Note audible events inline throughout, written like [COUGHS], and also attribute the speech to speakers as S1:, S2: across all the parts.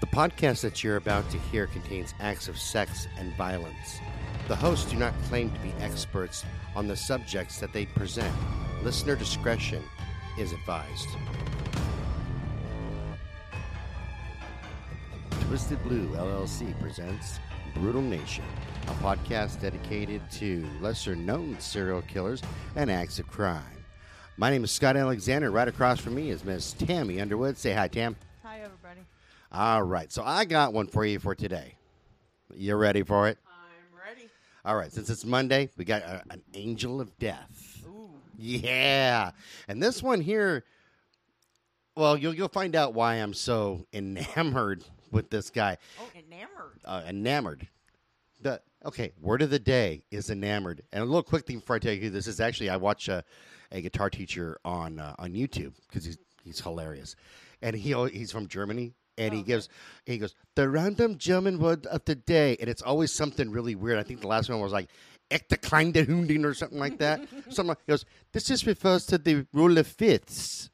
S1: The podcast that you're about to hear contains acts of sex and violence. The hosts do not claim to be experts on the subjects that they present. Listener discretion is advised. Twisted Blue LLC presents Brutal Nation, a podcast dedicated to lesser known serial killers and acts of crime. My name is Scott Alexander. Right across from me is Miss Tammy Underwood. Say hi, Tam.
S2: Hi, everybody.
S1: All right, so I got one for you for today. You ready for it?
S2: I'm ready.
S1: All right, since it's Monday, we got uh an angel of death.
S2: Ooh.
S1: Yeah, and this one here, well, you'll you'll find out why I'm so [LAUGHS] enamored with this guy.
S2: Oh, enamored.
S1: Uh, enamored. The okay word of the day is enamored. And a little quick thing before I tell you who this is actually, I watch a, a guitar teacher on uh, on YouTube because he's he's hilarious, and he al- he's from Germany. And he gives, he goes, the random German word of the day, and it's always something really weird. I think the last one was like, echte kleine Hundin or something like that. something like, he goes, this just refers to the rule of fifths.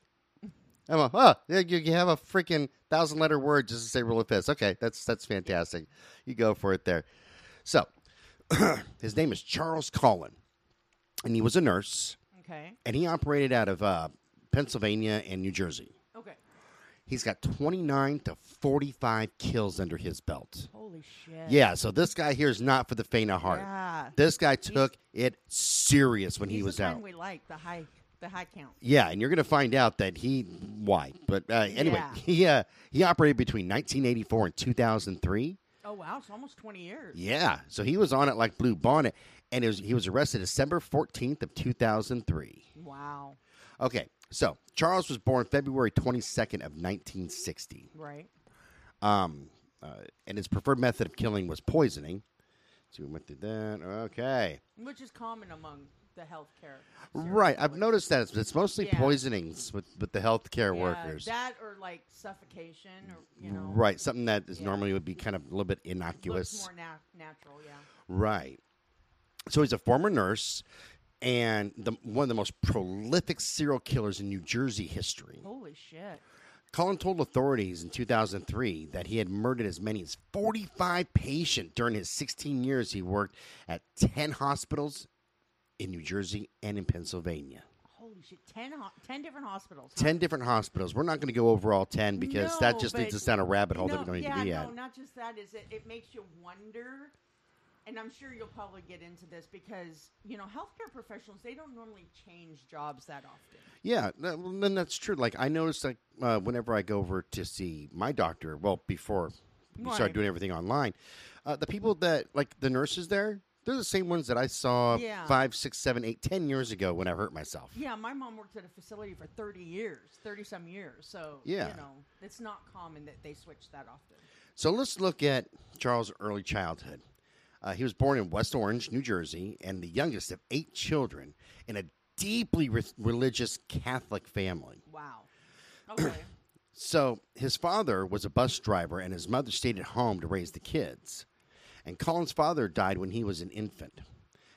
S1: I'm like, oh, yeah, you, you have a freaking thousand letter word just to say rule of fist. Okay, that's that's fantastic. You go for it there. So, [CLEARS THROAT] his name is Charles Collin, and he was a nurse,
S2: Okay.
S1: and he operated out of uh, Pennsylvania and New Jersey.
S2: Okay.
S1: He's got 29 to 45 kills under his belt.
S2: Holy shit.
S1: Yeah, so this guy here is not for the faint of heart.
S2: Yeah.
S1: This guy took it serious when he
S2: He's
S1: was
S2: the
S1: out.
S2: kind we like the high, the high count.
S1: Yeah, and you're going to find out that he why. But uh, anyway,
S2: Yeah.
S1: he uh, he operated between 1984 and 2003.
S2: Oh wow, it's almost twenty years.
S1: Yeah, so he was on it like Blue Bonnet, and it was, he was arrested December 14th of 2003.
S2: Wow.
S1: Okay, so Charles was born February 22nd of 1960,
S2: Right.
S1: um, uh, and his preferred method of killing was poisoning. So we went through that. Okay.
S2: Which is common among the healthcare.
S1: Right, I've noticed that it's, it's mostly
S2: Yeah.
S1: poisonings with, with the healthcare
S2: Yeah,
S1: workers.
S2: That or like suffocation or you know.
S1: Right, something that is
S2: Yeah.
S1: normally would be kind of a little bit
S2: Looks
S1: innocuous.
S2: more na- natural. Yeah.
S1: Right. So he's a former nurse and the, one of the most prolific serial killers in New Jersey history.
S2: Holy shit.
S1: Colin told authorities in 2003 that he had murdered as many as 45 patients during his 16 years he worked at 10 hospitals in New Jersey and in Pennsylvania.
S2: Holy shit. Ten, ho- 10 different hospitals. huh?
S1: 10 different hospitals. We're not going to go over all 10 because that
S2: No,
S1: just
S2: but-
S1: leads us down a rabbit hole
S2: no,
S1: that we don't need
S2: yeah,
S1: to be
S2: no,
S1: at.
S2: not just that. Is it? It makes you wonder, and I'm sure you'll probably get into this because you know healthcare professionals they don't normally change jobs that often.
S1: Yeah, that, well, then that's true. Like I noticed, like uh, whenever I go over to see my doctor, well, before we started
S2: Right.
S1: doing everything online, uh, the people that like the nurses there, they're the same ones that I saw
S2: Yeah.
S1: five, six, seven, eight, ten years ago when I hurt myself.
S2: Yeah, my mom worked at a facility for 30 years, 30 some years. So
S1: Yeah.
S2: you know it's not common that they switch that often.
S1: So let's look at Charles' early childhood. Uh, he was born in West Orange, New Jersey, and the youngest of eight children in a deeply re- religious Catholic family.
S2: Wow.
S1: [COUGHS]
S2: Okay.
S1: So his father was a bus driver, and his mother stayed at home to raise the kids. And Colin's father died when he was an infant.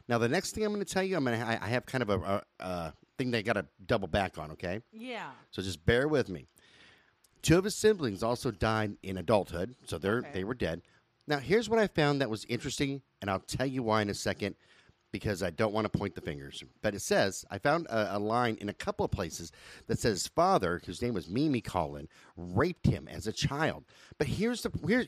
S1: Now, the next thing I'm going to tell you, I'm going to, I I have kind of a, a, a thing that I got to double back on. Okay,
S2: yeah.
S1: so just bear with me. Two of his siblings also died in adulthood, so they're
S2: Okay.
S1: they were dead. Now, here's what I found that was interesting, and I'll tell you why in a second, because I don't want to point the fingers. But it says I found a, a line in a couple of places that says his father, whose name was Mimi Collin, raped him as a child. But here's the here,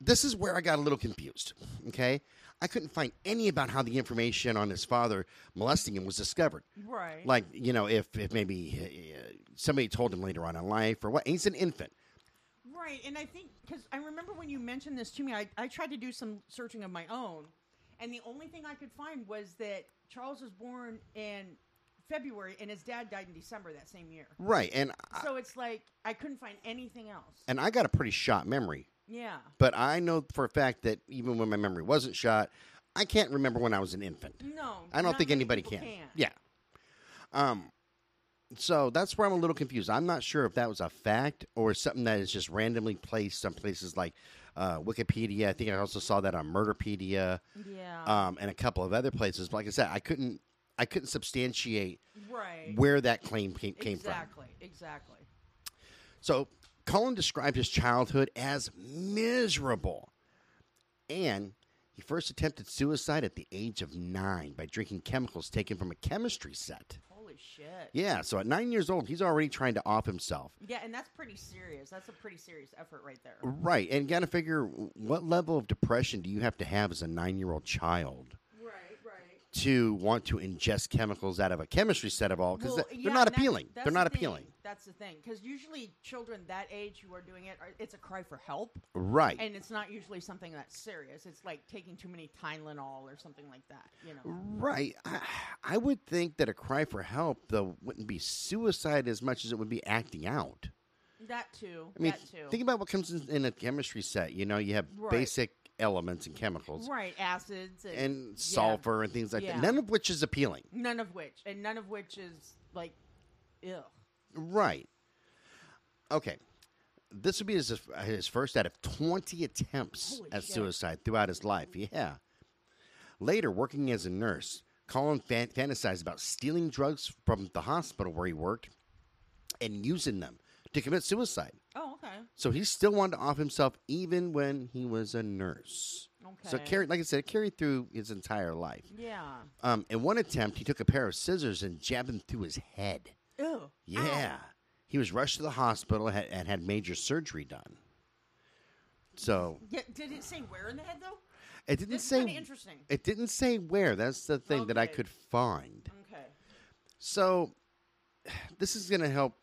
S1: this is where I got a little confused. Okay, I couldn't find any about how the information on his father molesting him was discovered
S2: Right.
S1: like you know if, if maybe uh, somebody told him later on in life or what he's an infant
S2: Right, and I think because I remember when you mentioned this to me, I, I tried to do some searching of my own, and the only thing I could find was that Charles was born in February and his dad died in December that same year.
S1: right and I,
S2: So it's like I couldn't find anything else.
S1: and i got a pretty shot memory
S2: yeah,
S1: but i know for a fact that even when my memory wasn't shot i can't remember when i was an infant
S2: no,
S1: i don't
S2: not
S1: think
S2: many
S1: anybody
S2: people
S1: can. yeah um so that's where i'm a little confused i'm not sure if that was a fact or something that is just randomly placed on places like uh, wikipedia i think i also saw that on murderpedia
S2: yeah,
S1: um, and a couple of other places but like i said i couldn't i couldn't substantiate
S2: right,
S1: where that claim came, came from.
S2: exactly, exactly.
S1: So Cullen described his childhood as miserable. And he first attempted suicide at the age of nine by drinking chemicals taken from a chemistry set.
S2: Holy shit.
S1: Yeah, so at nine years old, he's already trying to off himself.
S2: Yeah, and that's pretty serious. That's a pretty serious effort right there.
S1: Right, and you got to figure what level of depression do you have to have as a nine year old child
S2: Right, right.
S1: to want to ingest chemicals out of a chemistry set of all? Because
S2: Well,
S1: they're
S2: yeah,
S1: not
S2: and that's-
S1: appealing.
S2: that's
S1: They're
S2: the
S1: not
S2: thing.
S1: appealing.
S2: That's the thing, because usually children that age who are doing it, are, it's a cry for help,
S1: Right.
S2: and it's not usually something that's serious. It's like taking too many Tylenol or something like that. You know,
S1: Right. I, I would think that a cry for help, though, wouldn't be suicide as much as it would be acting out.
S2: that too.
S1: I mean,
S2: that too.
S1: think about what comes in, in a chemistry set. You know, you have
S2: Right.
S1: basic elements and chemicals
S2: right, acids and,
S1: and
S2: yeah.
S1: sulfur and things like
S2: Yeah.
S1: that, none of which is appealing.
S2: None of which, and none of which is like, ill.
S1: Right. Okay. This would be his, his first out of 20 attempts
S2: Holy
S1: at
S2: shit.
S1: suicide throughout his life. Yeah. Later, working as a nurse, Colin fan- fantasized about stealing drugs from the hospital where he worked and using them to commit suicide.
S2: Oh, okay.
S1: So he still wanted to off himself even when he was a nurse. So it
S2: Okay.
S1: carried, like I said, it carried through his entire life.
S2: Yeah.
S1: Um, in one attempt, he took a pair of scissors and jabbed them through his head.
S2: Ew.
S1: Yeah. He was rushed to the hospital and had, and had major surgery done. So
S2: Yeah, did it say where in the head though?
S1: it didn't
S2: This is
S1: say
S2: kinda interesting.
S1: it didn't say where. That's the thing that I
S2: Okay.
S1: could find.
S2: Okay.
S1: So [SIGHS] this is going to help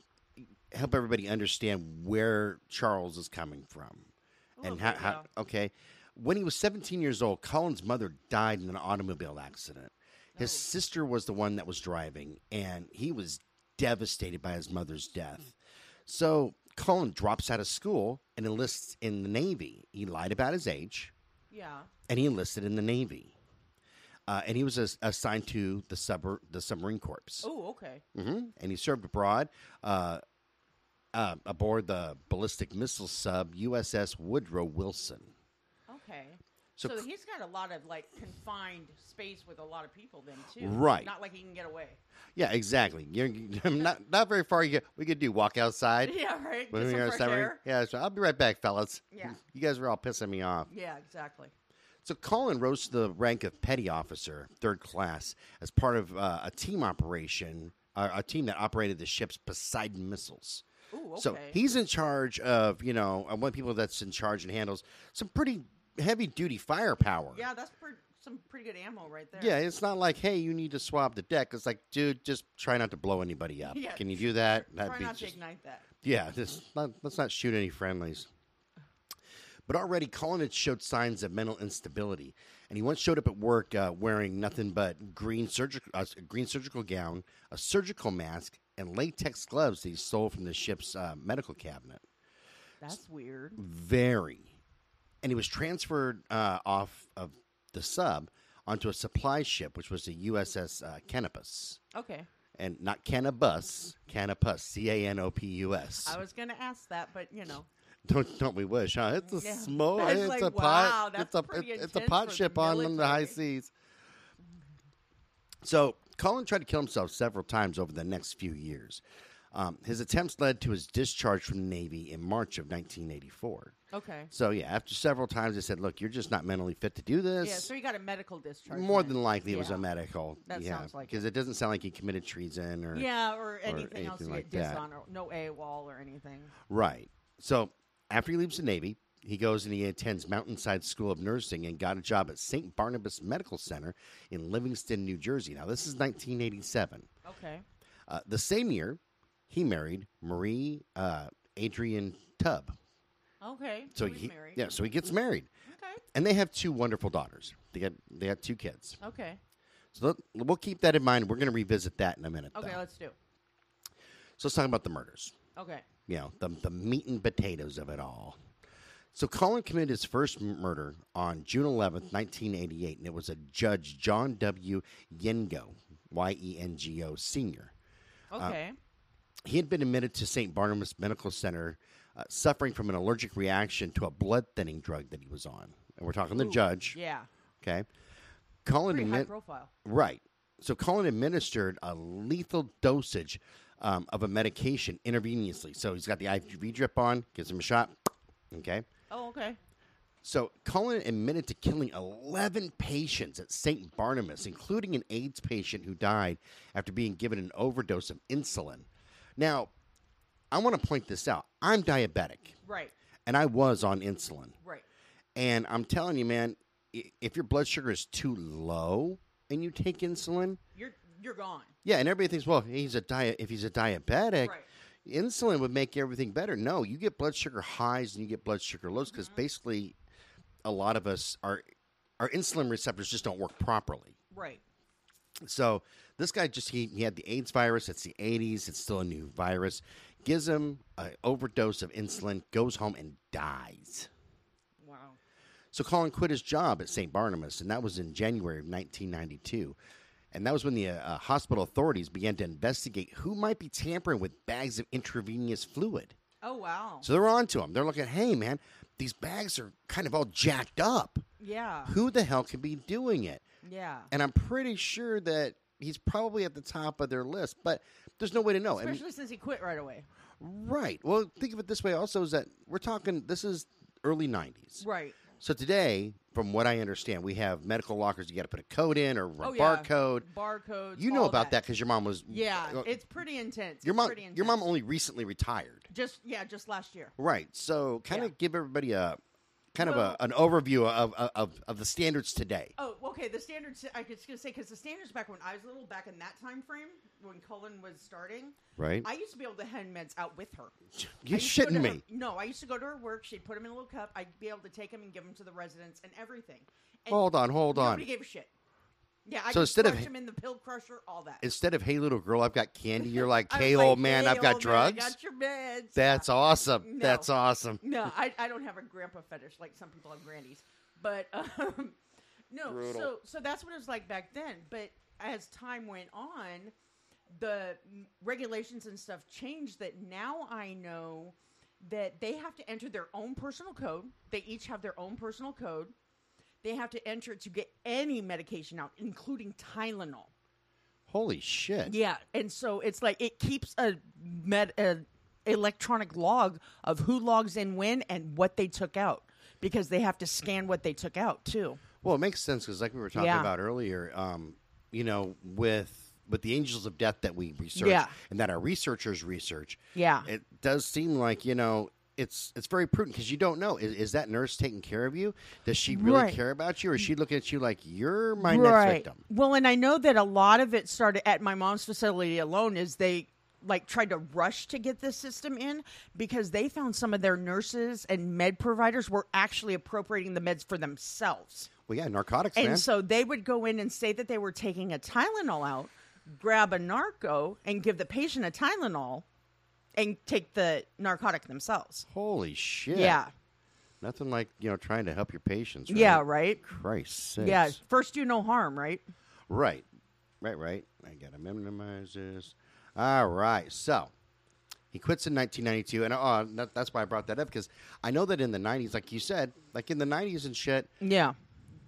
S1: help everybody understand where Charles is coming from and
S2: little
S1: how,
S2: bit,
S1: how okay. When he was 17 years old, Colin's mother died in an automobile accident.
S2: Oh.
S1: His sister was the one that was driving and he was devastated by his mother's death. So Colin drops out of school and enlists in the Navy. He lied about his age
S2: Yeah.
S1: and he enlisted in the Navy. Uh, and he was as- assigned to the, sub- the submarine corps
S2: Oh, okay.
S1: hmm and he served abroad uh, uh, aboard the ballistic missile sub USS Woodrow Wilson.
S2: Okay.
S1: So
S2: So,
S1: cl-
S2: he's got a lot of like confined space with a lot of people then too.
S1: Right.
S2: Not like he can get away. [LAUGHS]
S1: Yeah, exactly. You're [LAUGHS] not not very far. You we could do walk
S2: [LAUGHS]
S1: outside.
S2: Yeah, right.
S1: When
S2: Get
S1: we
S2: some
S1: are
S2: fresh
S1: submarine-
S2: air.
S1: Yeah, so I'll be right back, fellas.
S2: Yeah.
S1: [LAUGHS] you guys were all pissing me off.
S2: Yeah, exactly.
S1: So Colin rose to the rank of petty officer, third class, as part of uh, a team operation, uh, a team that operated the ship's Poseidon missiles.
S2: Ooh, okay.
S1: So he's in charge of, you know, uh, one of the people that's in charge and handles some pretty heavy duty firepower.
S2: yeah, that's pre- some pretty good ammo right there.
S1: Yeah, it's not like, hey, you need to swab the deck. It's like, dude, just try not to blow anybody up.
S2: Yeah.
S1: Can you do
S2: [LAUGHS]
S1: that?
S2: Try not
S1: just-
S2: to ignite that.
S1: [LAUGHS] yeah, just not, let's not shoot any friendlies. But already, Colin had showed signs of mental instability, and he once showed up at work uh, wearing nothing but green surgical uh, a green surgical gown, a surgical mask, and latex gloves that he stole from the ship's uh, medical cabinet.
S2: That's weird.
S1: Very, and he was transferred uh, off of the sub onto a supply ship, which was the USS uh, Canopus,
S2: Okay.
S1: and not Canopus, Canopus, C A N O P U S.
S2: I was going to ask that, but you know.
S1: Don't don't we wish, huh? It's a
S2: Yeah.
S1: small,
S2: That's
S1: it's
S2: like,
S1: a
S2: wow,
S1: pot,
S2: that's
S1: it's a
S2: pretty
S1: it- it's a
S2: intense
S1: pot
S2: for
S1: ship
S2: the
S1: on them the high
S2: military.
S1: seas. So Colin tried to kill himself several times over the next few years. Um, his attempts led to his discharge from the Navy in March of 1984.
S2: Okay.
S1: So yeah, after several times, they said, "Look, you're just not mentally fit to do this."
S2: Yeah, so he got a medical discharge.
S1: More
S2: then.
S1: than likely, it was
S2: Yeah.
S1: a medical.
S2: That
S1: yeah,
S2: sounds like
S1: because it. doesn't sound like he committed treason or
S2: Yeah, or anything, else
S1: anything
S2: you
S1: like
S2: get
S1: that.
S2: dissed on, or no AWOL or anything.
S1: Right. So after he leaves the Navy, he goes and he attends Mountainside School of Nursing and got a job at St. Barnabas Medical Center in Livingston, New Jersey. Now, this is 1987.
S2: Okay.
S1: Uh, the same year, he married Marie uh, Adrian Tubb.
S2: Okay.
S1: So
S2: he's
S1: he,
S2: married.
S1: yeah, so he gets married,
S2: Okay.
S1: and they have two wonderful daughters. They got they got two kids.
S2: Okay.
S1: So let, we'll keep that in mind. We're going to revisit that in a minute.
S2: Okay,
S1: though.
S2: let's do. it.
S1: so let's talk about the murders.
S2: Okay.
S1: you know, the, the meat and potatoes of it all. So Colin committed his first m- murder on June 11th, 1988, and it was a Judge John W. Yengo, Y E N G O, Sr. Uh,
S2: Okay.
S1: He had been admitted to St. Barnabas Medical Center uh, suffering from an allergic reaction to a blood thinning drug that he was on. And we're talking the judge.
S2: yeah.
S1: Okay. Colin
S2: Pretty high
S1: admit-
S2: profile.
S1: Right. So Colin administered a lethal dosage um, of a medication intravenously. So he's got the IV drip on, gives him a shot. Okay.
S2: Oh, okay.
S1: So Cullen admitted to killing 11 patients at St. Barnabas, including an AIDS patient who died after being given an overdose of insulin. Now, I want to point this out. I'm diabetic,
S2: Right.
S1: and I was on insulin.
S2: Right.
S1: And I'm telling you, man, i- if your blood sugar is too low and you take insulin,
S2: You're you're gone.
S1: yeah, and everybody thinks, well, he's a diet. If he's a diabetic,
S2: Right.
S1: insulin would make everything better. No, you get blood sugar highs and you get blood sugar lows because basically, a lot of us are our insulin receptors just don't work properly.
S2: Right.
S1: So this guy just he, he had the AIDS virus. It's the 80s. It's still a new virus. Gives him an overdose of insulin. Goes home and dies.
S2: Wow.
S1: So Colin quit his job at St. Barnabas, and that was in January of 1992. And that was when the uh, uh, hospital authorities began to investigate who might be tampering with bags of intravenous fluid.
S2: Oh wow.
S1: So they're on to him. They're looking, hey, man, these bags are kind of all jacked up.
S2: yeah.
S1: Who the hell could be doing it?
S2: Yeah.
S1: And I'm pretty sure that he's probably at the top of their list, but there's no way to know. I mean,
S2: Especially since he quit right away.
S1: right. Well, think of it this way also is that we're talking, this is early 90s.
S2: Right.
S1: So today, from what I understand, we have medical lockers. You got to put a code in or a
S2: Oh yeah.
S1: barcode.
S2: Barcodes.
S1: You know
S2: all
S1: about that because your mom was.
S2: Yeah.
S1: uh,
S2: It's pretty intense.
S1: your
S2: It's
S1: mom.
S2: Pretty intense.
S1: Your mom only recently retired,
S2: Just yeah. Just last year.
S1: right? So kind of
S2: Yeah.
S1: give everybody a kind
S2: Well-
S1: of a, an overview of, of- of of the standards today.
S2: Oh, okay. The standards. I was gonna say because the standards back when I was little, back in that time frame when Cullen was starting,
S1: Right.
S2: I used to be able to hand meds out with her.
S1: You're
S2: I used to go to
S1: shitting
S2: her-
S1: me.
S2: no, I used to go to her work. She'd put them in a little cup. I'd be able to take them and give them to the residents and everything. And
S1: Hold on, hold
S2: nobody
S1: on.
S2: gave a shit. Yeah, I
S1: So
S2: could
S1: instead of
S2: crush
S1: ha-
S2: them in the pill crusher, all that.
S1: Instead of hey little girl, I've got candy. You're like
S2: [LAUGHS] I
S1: hey
S2: was like,
S1: old man,
S2: "Hey,
S1: I've got
S2: old man, I
S1: drugs.
S2: got your meds.
S1: That's awesome.
S2: No.
S1: That's awesome.
S2: no, I, I don't have a grandpa fetish like some people have grannies, but [LAUGHS] um, no.
S1: Brutal.
S2: So so that's what it was like back then. But as time went on, the mm, regulations and stuff changed. That now I know that they have to enter their own personal code. They each have their own personal code. They have to enter it to get any medication out, including Tylenol.
S1: Holy shit.
S2: Yeah, and so it's like it keeps a med a electronic log of who logs in when and what they took out because they have to scan what they took out too.
S1: Well, it makes sense because, like we were talking
S2: Yeah.
S1: about earlier, um, you know, with with the angels of death that we research
S2: Yeah.
S1: and that our researchers research,
S2: Yeah.
S1: it does seem like you know it's it's very prudent because you don't know is, is that nurse taking care of you? Does she really
S2: Right.
S1: care about you, or is she looking at you like you're my next victim?
S2: Well, and I know that a lot of it started at my mom's facility alone is they like tried to rush to get this system in because they found some of their nurses and med providers were actually appropriating the meds for themselves.
S1: Well, yeah, narcotics,
S2: And
S1: man.
S2: so they would go in and say that they were taking a Tylenol out, grab a narco, and give the patient a Tylenol and take the narcotic themselves.
S1: Holy shit!
S2: Yeah.
S1: nothing like you know trying to help your patients. Right?
S2: Yeah, right?
S1: Christ sakes.
S2: Yeah. First do no harm, right?
S1: Right. Right, right. I got to minimize this. All right. So he quits in 1992. And uh, that, that's why I brought that up because I know that in the 90s, like you said, like in the 90s and shit,
S2: Yeah.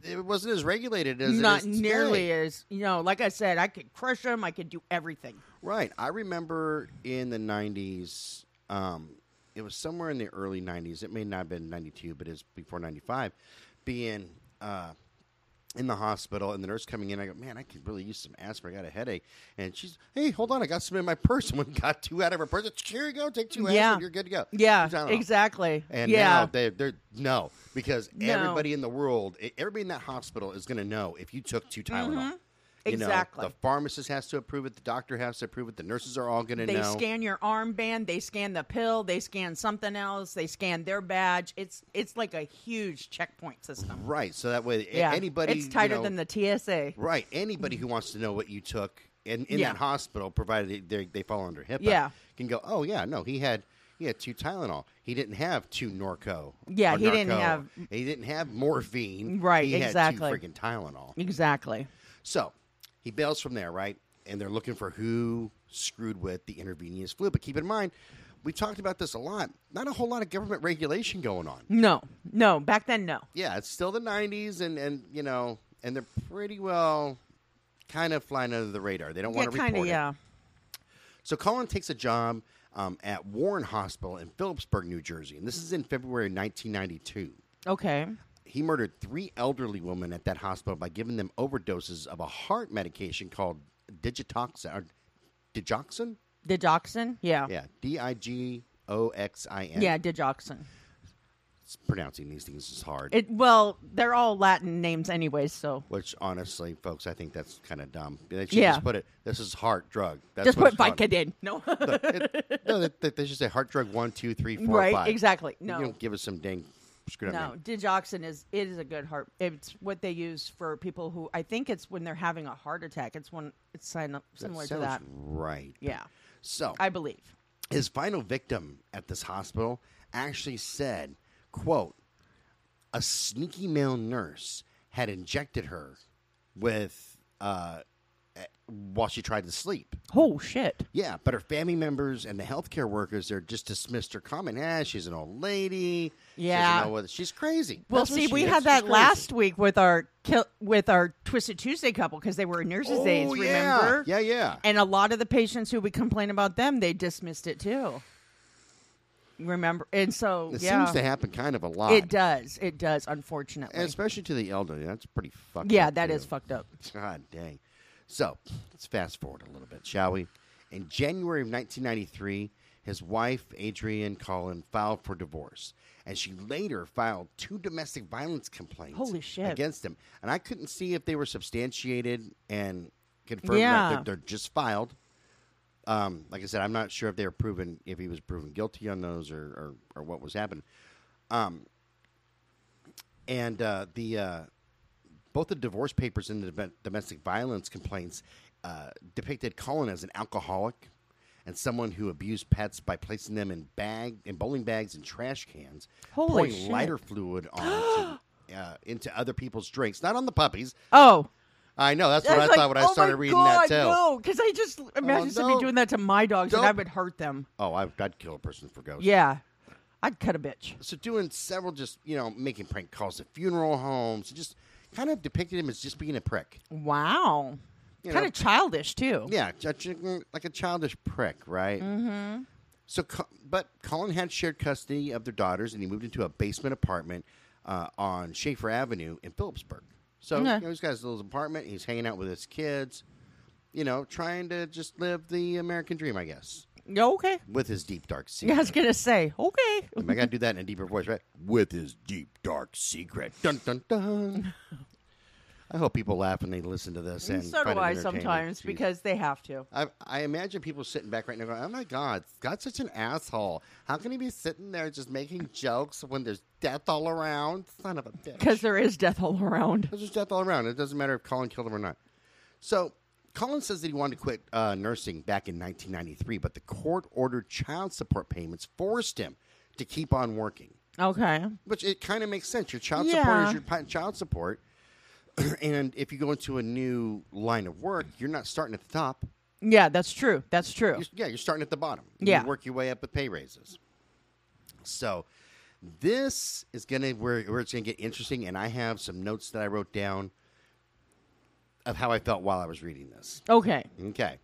S1: it wasn't as regulated as
S2: Not
S1: it is
S2: nearly
S1: today.
S2: as, you know, like I said, I could crush them, I could do everything.
S1: Right. I remember in the 90s, um, it was somewhere in the early 90s. It may not have been 92, but it's before 95, being uh, in the hospital and the nurse coming in. I go, man, I could really use some aspirin. I got a headache. And she's, hey, hold on. I got some in my [LAUGHS] purse. Someone got two out of her purse. Here you go. Take two
S2: Yeah.
S1: aspirin. You're good to go.
S2: Yeah,
S1: Use Tylenol.
S2: exactly.
S1: And now
S2: yeah.
S1: they, they're, no, because
S2: No.
S1: everybody in the world, e- everybody in that hospital is going to know if you took two Tylenol. You know,
S2: Mm-hmm. Exactly.
S1: the pharmacist has to approve it. The doctor has to approve it. The nurses are all going to
S2: they
S1: know.
S2: scan your armband, they scan the pill, they scan something else, they scan their badge. It's it's like a huge checkpoint system.
S1: right. So that way, a-
S2: Yeah,
S1: anybody.
S2: It's tighter
S1: you know-
S2: than the TSA.
S1: Right. Anybody who wants to know what you took in, in
S2: Yeah.
S1: that hospital, provided they, they, they fall under HIPAA,
S2: Yeah.
S1: can go, oh, yeah, no, he had. He had two Tylenol. He didn't have two Norco.
S2: Yeah,
S1: or
S2: he didn't
S1: Narco.
S2: have-
S1: He didn't have morphine.
S2: Right,
S1: He had two
S2: exactly.
S1: freaking Tylenol.
S2: Exactly.
S1: So he bails from there, right? And they're looking for who screwed with the intravenous fluid. But keep in mind, we talked about this a lot. Not a whole lot of government regulation going on.
S2: No, no. Back then, no.
S1: Yeah, it's still the '90s, and and you know, and they're pretty well kind of flying under the radar. They don't
S2: Yeah,
S1: want to
S2: kind
S1: report
S2: of.
S1: it.
S2: Yeah.
S1: So Colin takes a job um, at Warren Hospital in Phillipsburg, New Jersey, and this is in February 1992.
S2: Okay.
S1: He murdered three elderly women at that hospital by giving them overdoses of a heart medication called digitoxin. Or digoxin?
S2: Digoxin? Yeah.
S1: Yeah, D I G O X I N.
S2: Yeah, digoxin.
S1: It's- pronouncing these things is hard.
S2: It well, they're all Latin names anyways, so
S1: which honestly, folks, I think that's kind of dumb. They should
S2: Yeah.
S1: just put it. This is heart drug. That's
S2: just
S1: what
S2: put
S1: it's called.
S2: Vicodin. [LAUGHS] No.
S1: It- no, they, they- they should say heart drug one, two, three, four,
S2: [LAUGHS] right,
S1: five.
S2: exactly. No.
S1: You don't give us some dang screwed up
S2: No,
S1: name.
S2: digoxin is it is a good heart. It's what they use for people who I think it's when they're having a heart attack. It's when it's sin- similar to
S1: Sounds
S2: that.
S1: Right.
S2: Yeah,
S1: So
S2: I believe.
S1: his final victim at this hospital actually said, quote, a sneaky male nurse had injected her with uh, eh, while she tried to sleep.
S2: Oh shit!
S1: Yeah, but her family members and the healthcare workers they are just dismissed her comment. Ah, she's an old lady. She doesn't
S2: Yeah.
S1: know what- she's crazy.
S2: Well,
S1: That's what
S2: see,
S1: she
S2: we
S1: is.
S2: had
S1: She's
S2: that
S1: crazy.
S2: last week with our kill, with our Twisted Tuesday couple because they were nurses'
S1: Oh,
S2: aides,
S1: yeah.
S2: remember?
S1: Yeah, yeah.
S2: And a lot of the patients who would complain about them, they dismissed it too. Remember, and so
S1: It
S2: yeah,
S1: seems to happen kind of a lot.
S2: it does, it does. Unfortunately,
S1: And especially to the elderly. That's pretty fucked
S2: yeah,
S1: up,
S2: that
S1: too.
S2: is fucked up.
S1: [LAUGHS] God dang. So let's fast forward a little bit, shall we? In January of 1993, his wife, Adrienne Collin, filed for divorce. And she later filed two domestic violence complaints
S2: Holy shit.
S1: against him. And I couldn't see if they were substantiated and confirmed. Yeah.
S2: Yeah.
S1: They're, they're just filed. Um, like I said, I'm not sure if they were proven, if he was proven guilty on those or, or, or what was happening. Um, and uh, the. Uh, both the divorce papers and the dom- domestic violence complaints uh, depicted Colin as an alcoholic and someone who abused pets by placing them in bag in bowling bags and trash cans,
S2: Holy
S1: pouring
S2: shit.
S1: lighter fluid
S2: [GASPS]
S1: on to, uh, into other people's drinks, not on the puppies.
S2: Oh,
S1: I know that's what I,
S2: was
S1: thought
S2: like,
S1: when I
S2: "Oh my
S1: started reading that
S2: God,
S1: too. Oh,
S2: No, because I just imagine somebody
S1: no.
S2: doing that to my dogs, and I
S1: Nope.
S2: would hurt them.
S1: Oh, I, I'd kill a person for ghosts.
S2: Yeah, I'd cut a bitch.
S1: so doing several just you know making prank calls to funeral homes, just kind of depicted him as just being a prick.
S2: Wow,
S1: You
S2: kind
S1: know.
S2: of childish too.
S1: Yeah, ch- ch- like a childish prick, right? Mm-hmm. So, Co- but Colin had shared custody of their daughters, and he moved into a basement apartment uh, on Schaefer Avenue in Phillipsburg. So
S2: Okay.
S1: you know, he's got his little apartment. He's hanging out with his kids, you know, trying to just live the American dream, I guess,
S2: Yeah, okay.
S1: with his deep dark secret.
S2: [LAUGHS] Yeah, I was gonna say okay.
S1: I, mean, I gotta do that in a deeper voice, right? With his deep dark secret. Dun dun
S2: [LAUGHS]
S1: dun. I hope people laugh when they listen to this. And
S2: so
S1: find
S2: do
S1: it
S2: I
S1: entertaining.
S2: sometimes
S1: Jeez.
S2: because they have to.
S1: I, I imagine people sitting back right now going, "Oh my God, Scott's such an asshole. How can he be sitting there just making jokes when there's death all around? Son of a bitch."
S2: Because there is death all [LAUGHS] around.
S1: There's just death all around. It doesn't matter if Colin killed him or not. So, Colin says that he wanted to quit uh, nursing back in 1993, but the court ordered child support payments forced him to keep on working.
S2: Okay.
S1: Which it kind of makes sense. Your child support
S2: Yeah.
S1: is your pi- child support, [CLEARS THROAT] and if you go into a new line of work, you're not starting at the top.
S2: Yeah, that's true. That's true.
S1: You're- yeah, you're starting at the bottom.
S2: Yeah.
S1: You work your way up with pay raises. So this is gonna where, where it's gonna get interesting, and I have some notes that I wrote down of how I felt while I was reading this.
S2: Okay.
S1: Okay.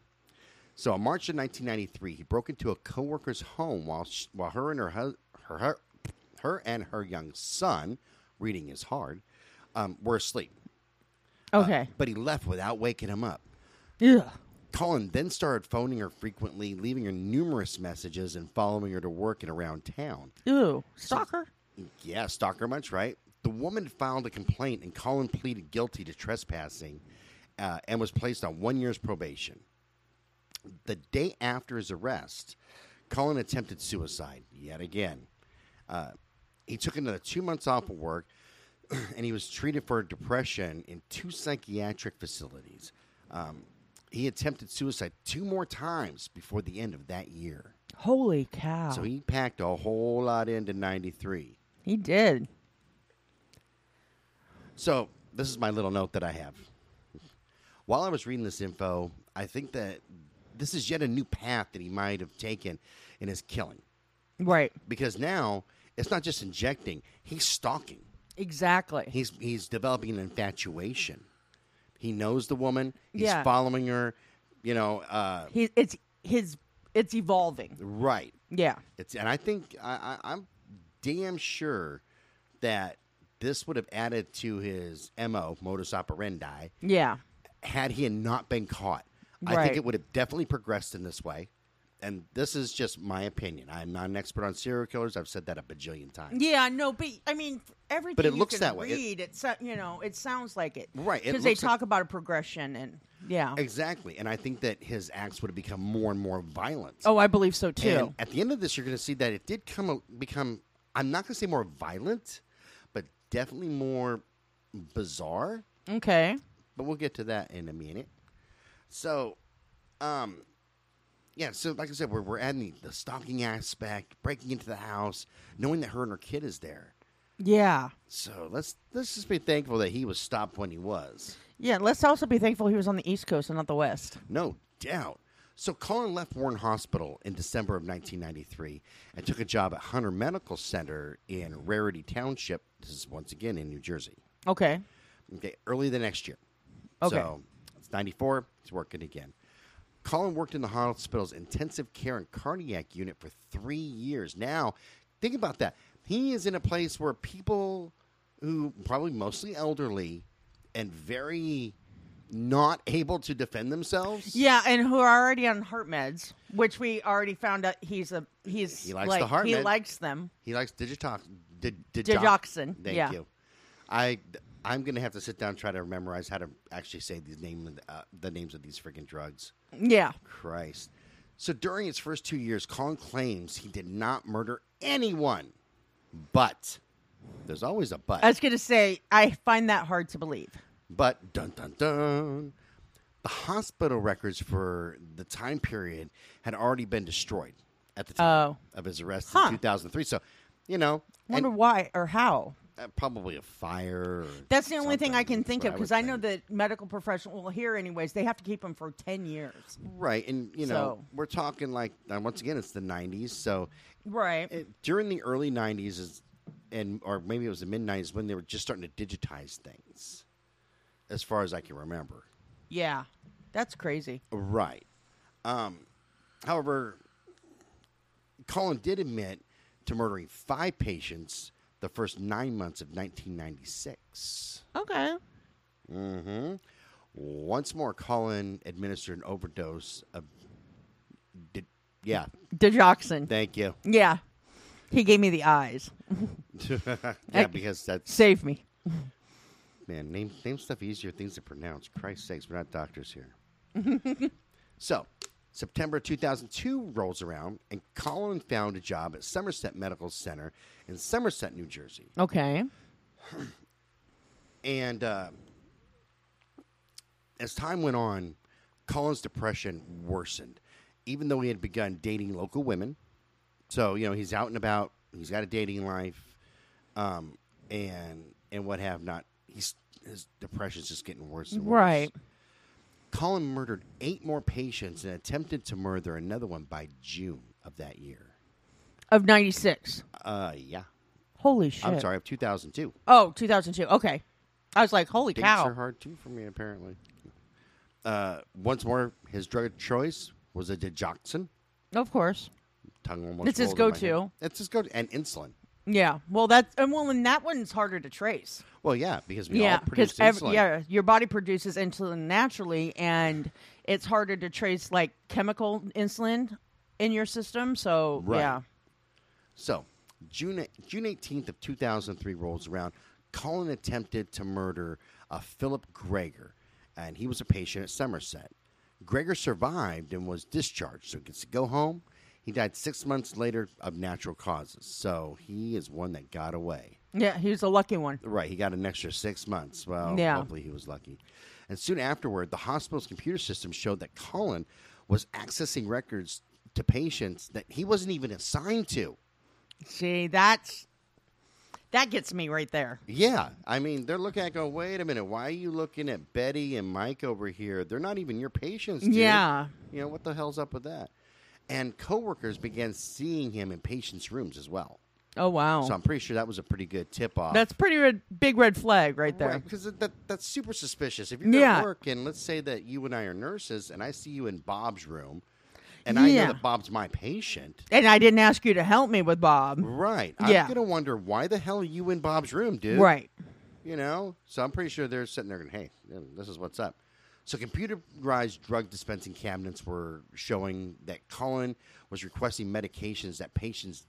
S1: So in March of 1993, he broke into a coworker's home while sh while her and her hus- her her, her and her young son, reading is hard, um, were asleep.
S2: Okay.
S1: But he left without waking him up.
S2: Yeah.
S1: Colin then started phoning her frequently, leaving her numerous messages and following her to work and around town.
S2: Ew. Stalker.
S1: Yeah, stalker much, right? The woman filed a complaint and Colin pleaded guilty to trespassing uh, and was placed on one year's probation. The day after his arrest, Colin attempted suicide yet again. Uh, he took another two months off of work [CLEARS THROAT] and he was treated for depression in two psychiatric facilities. Um, he attempted suicide two more times before the end of that year.
S2: Holy cow.
S1: So he packed a whole lot into 93.
S2: he did.
S1: So this is my little note that I have. While I was reading this info, I think that this is yet a new path that he might have taken in his killing.
S2: Right.
S1: Because now it's not just injecting, he's stalking.
S2: Exactly.
S1: He's he's developing an infatuation. He knows the woman, he's
S2: Yeah.
S1: following her, you know, uh
S2: He, it's his it's evolving.
S1: Right.
S2: Yeah.
S1: It's and I think I, I, I'm damn sure that this would have added to his mo modus operandi
S2: Yeah.
S1: had he not been caught. I
S2: Right.
S1: think it would have definitely progressed in this way. And this is just my opinion. I'm not an expert on serial killers. I've said that a bajillion times.
S2: Yeah, no, but I mean, everything.
S1: it
S2: you
S1: looks
S2: can
S1: that way. It-
S2: Read it, so- you know, it sounds like it,
S1: Right, it
S2: Because they
S1: looks like-
S2: talk about a progression, and yeah.
S1: Exactly. And I think that his acts would have become more and more violent.
S2: oh, I believe so too.
S1: And at the end of this, you're going to see that it did come a- become. I'm not going to say more violent, but definitely more bizarre.
S2: okay.
S1: But we'll get to that in a minute. So, um, yeah. So, like I said, we're we're adding the, the stalking aspect, breaking into the house, knowing that her and her kid is there.
S2: Yeah.
S1: So let's let's just be thankful that he was stopped when he was.
S2: Yeah. Let's also be thankful he was on the East Coast and not the West.
S1: No doubt. So Colin left Warren Hospital in December of 1993 and took a job at Hunter Medical Center in Rarity Township. This is once again in New Jersey.
S2: Okay.
S1: Okay, early the next year.
S2: Okay.
S1: So it's 94. He's working again. Colin worked in the hospital's intensive care and cardiac unit for three years. Now, think about that. He is in a place where people who probably mostly elderly and very not able to defend themselves.
S2: Yeah, and who are already on heart meds, which we already found out he's a he's
S1: He likes the
S2: like,
S1: heart
S2: he
S1: med.
S2: likes them.
S1: He likes digitox. Di, digox-
S2: Digoxin,
S1: Thank
S2: yeah.
S1: you. I I'm gonna have to sit down and try to memorize how to actually say these name uh, the names of these freaking drugs.
S2: Yeah.
S1: Christ. So during his first two years, Colin claims he did not murder anyone, but there's always a but.
S2: I was gonna say I find that hard to believe.
S1: But dun dun dun. The hospital records for the time period had already been destroyed at the time of his arrest
S2: Oh. Huh.
S1: in 2003. So, you know, and,
S2: Wonder why or how.
S1: uh, probably a fire. or
S2: That's the only thing I
S1: something,
S2: can think
S1: what
S2: of
S1: would
S2: because I, know
S1: think.
S2: that medical professional well here anyways they have to keep them for ten years.
S1: Right, and you know,
S2: So-
S1: we're talking like uh, once again, it's the '90s. So
S2: Right.
S1: it, during the early '90s is, and or maybe it was the mid '90s when they were just starting to digitize things, as far as I can remember.
S2: yeah. That's crazy.
S1: Right. Um, however, Colin did admit to murdering five patients the first nine months of 1996.
S2: Okay.
S1: hmm Once more, Colin administered an overdose of. Did, yeah,
S2: Digoxin.
S1: thank you.
S2: Yeah. He gave me the eyes.
S1: yeah, because that's
S2: Save me.
S1: Man, name name stuff easier things to pronounce. Christ's sakes, we're not doctors here. so, September 2002 rolls around, and Colin found a job at Somerset Medical Center in Somerset, New Jersey.
S2: Okay.
S1: And uh, as time went on, Colin's depression worsened, even though he had begun dating local women. So you know he's out and about. He's got a dating life, um, and and what have not. He's his depression's just getting worse and worse.
S2: Right.
S1: Colin murdered eight more patients and attempted to murder another one by June of that year.
S2: Of ninety six.
S1: Uh, yeah.
S2: Holy shit.
S1: I'm sorry, of 2002.
S2: Oh, 2002. Okay. I was like, holy
S1: Dates
S2: cow.
S1: are hard too for me, apparently. Uh, once more, his drug of choice was a digoxin.
S2: Of course.
S1: Tongue almost.
S2: It's his
S1: rolled in my
S2: go-to.
S1: head. It's his go-to, and insulin.
S2: Yeah. Well, that's and well, and that one's harder to trace.
S1: Well, yeah, because we
S2: yeah,
S1: all produce
S2: ev-
S1: insulin.
S2: yeah, your body produces insulin naturally, and it's harder to trace like chemical insulin in your system. So
S1: Right.
S2: yeah,
S1: So, June June 18th of 2003 rolls around. Colin attempted to murder a Philip Greger, and he was a patient at Somerset. Greger survived and was discharged, so he gets to go home. He died six months later of natural causes, so he is one that got away.
S2: yeah, he was a lucky one.
S1: Right, he got an extra six months. Well,
S2: Yeah.
S1: hopefully he was lucky. And soon afterward, the hospital's computer system showed that Colin was accessing records to patients that he wasn't even assigned to.
S2: See, that's that gets me right there.
S1: Yeah, I mean, they're looking at going, wait a minute, why are you looking at Betty and Mike over here? They're not even your patients, dude.
S2: Yeah.
S1: You know, what the hell's up with that? And coworkers began seeing him in patients' rooms as well.
S2: Oh wow,
S1: So I'm pretty sure that was a pretty good tip off.
S2: that's pretty red, big red flag right there.
S1: Right, because that, that's super suspicious. If you're at
S2: Yeah.
S1: work and let's say that you and I are nurses and I see you in Bob's room and I know
S2: Yeah.
S1: that Bob's my patient.
S2: And I didn't ask you to help me with Bob.
S1: Right.
S2: Yeah.
S1: I'm gonna wonder why the hell are you in Bob's room, dude?
S2: Right.
S1: You know? So I'm pretty sure they're sitting there going, Hey, you know, this is what's up. So computerized drug dispensing cabinets were showing that Colin was requesting medications that patients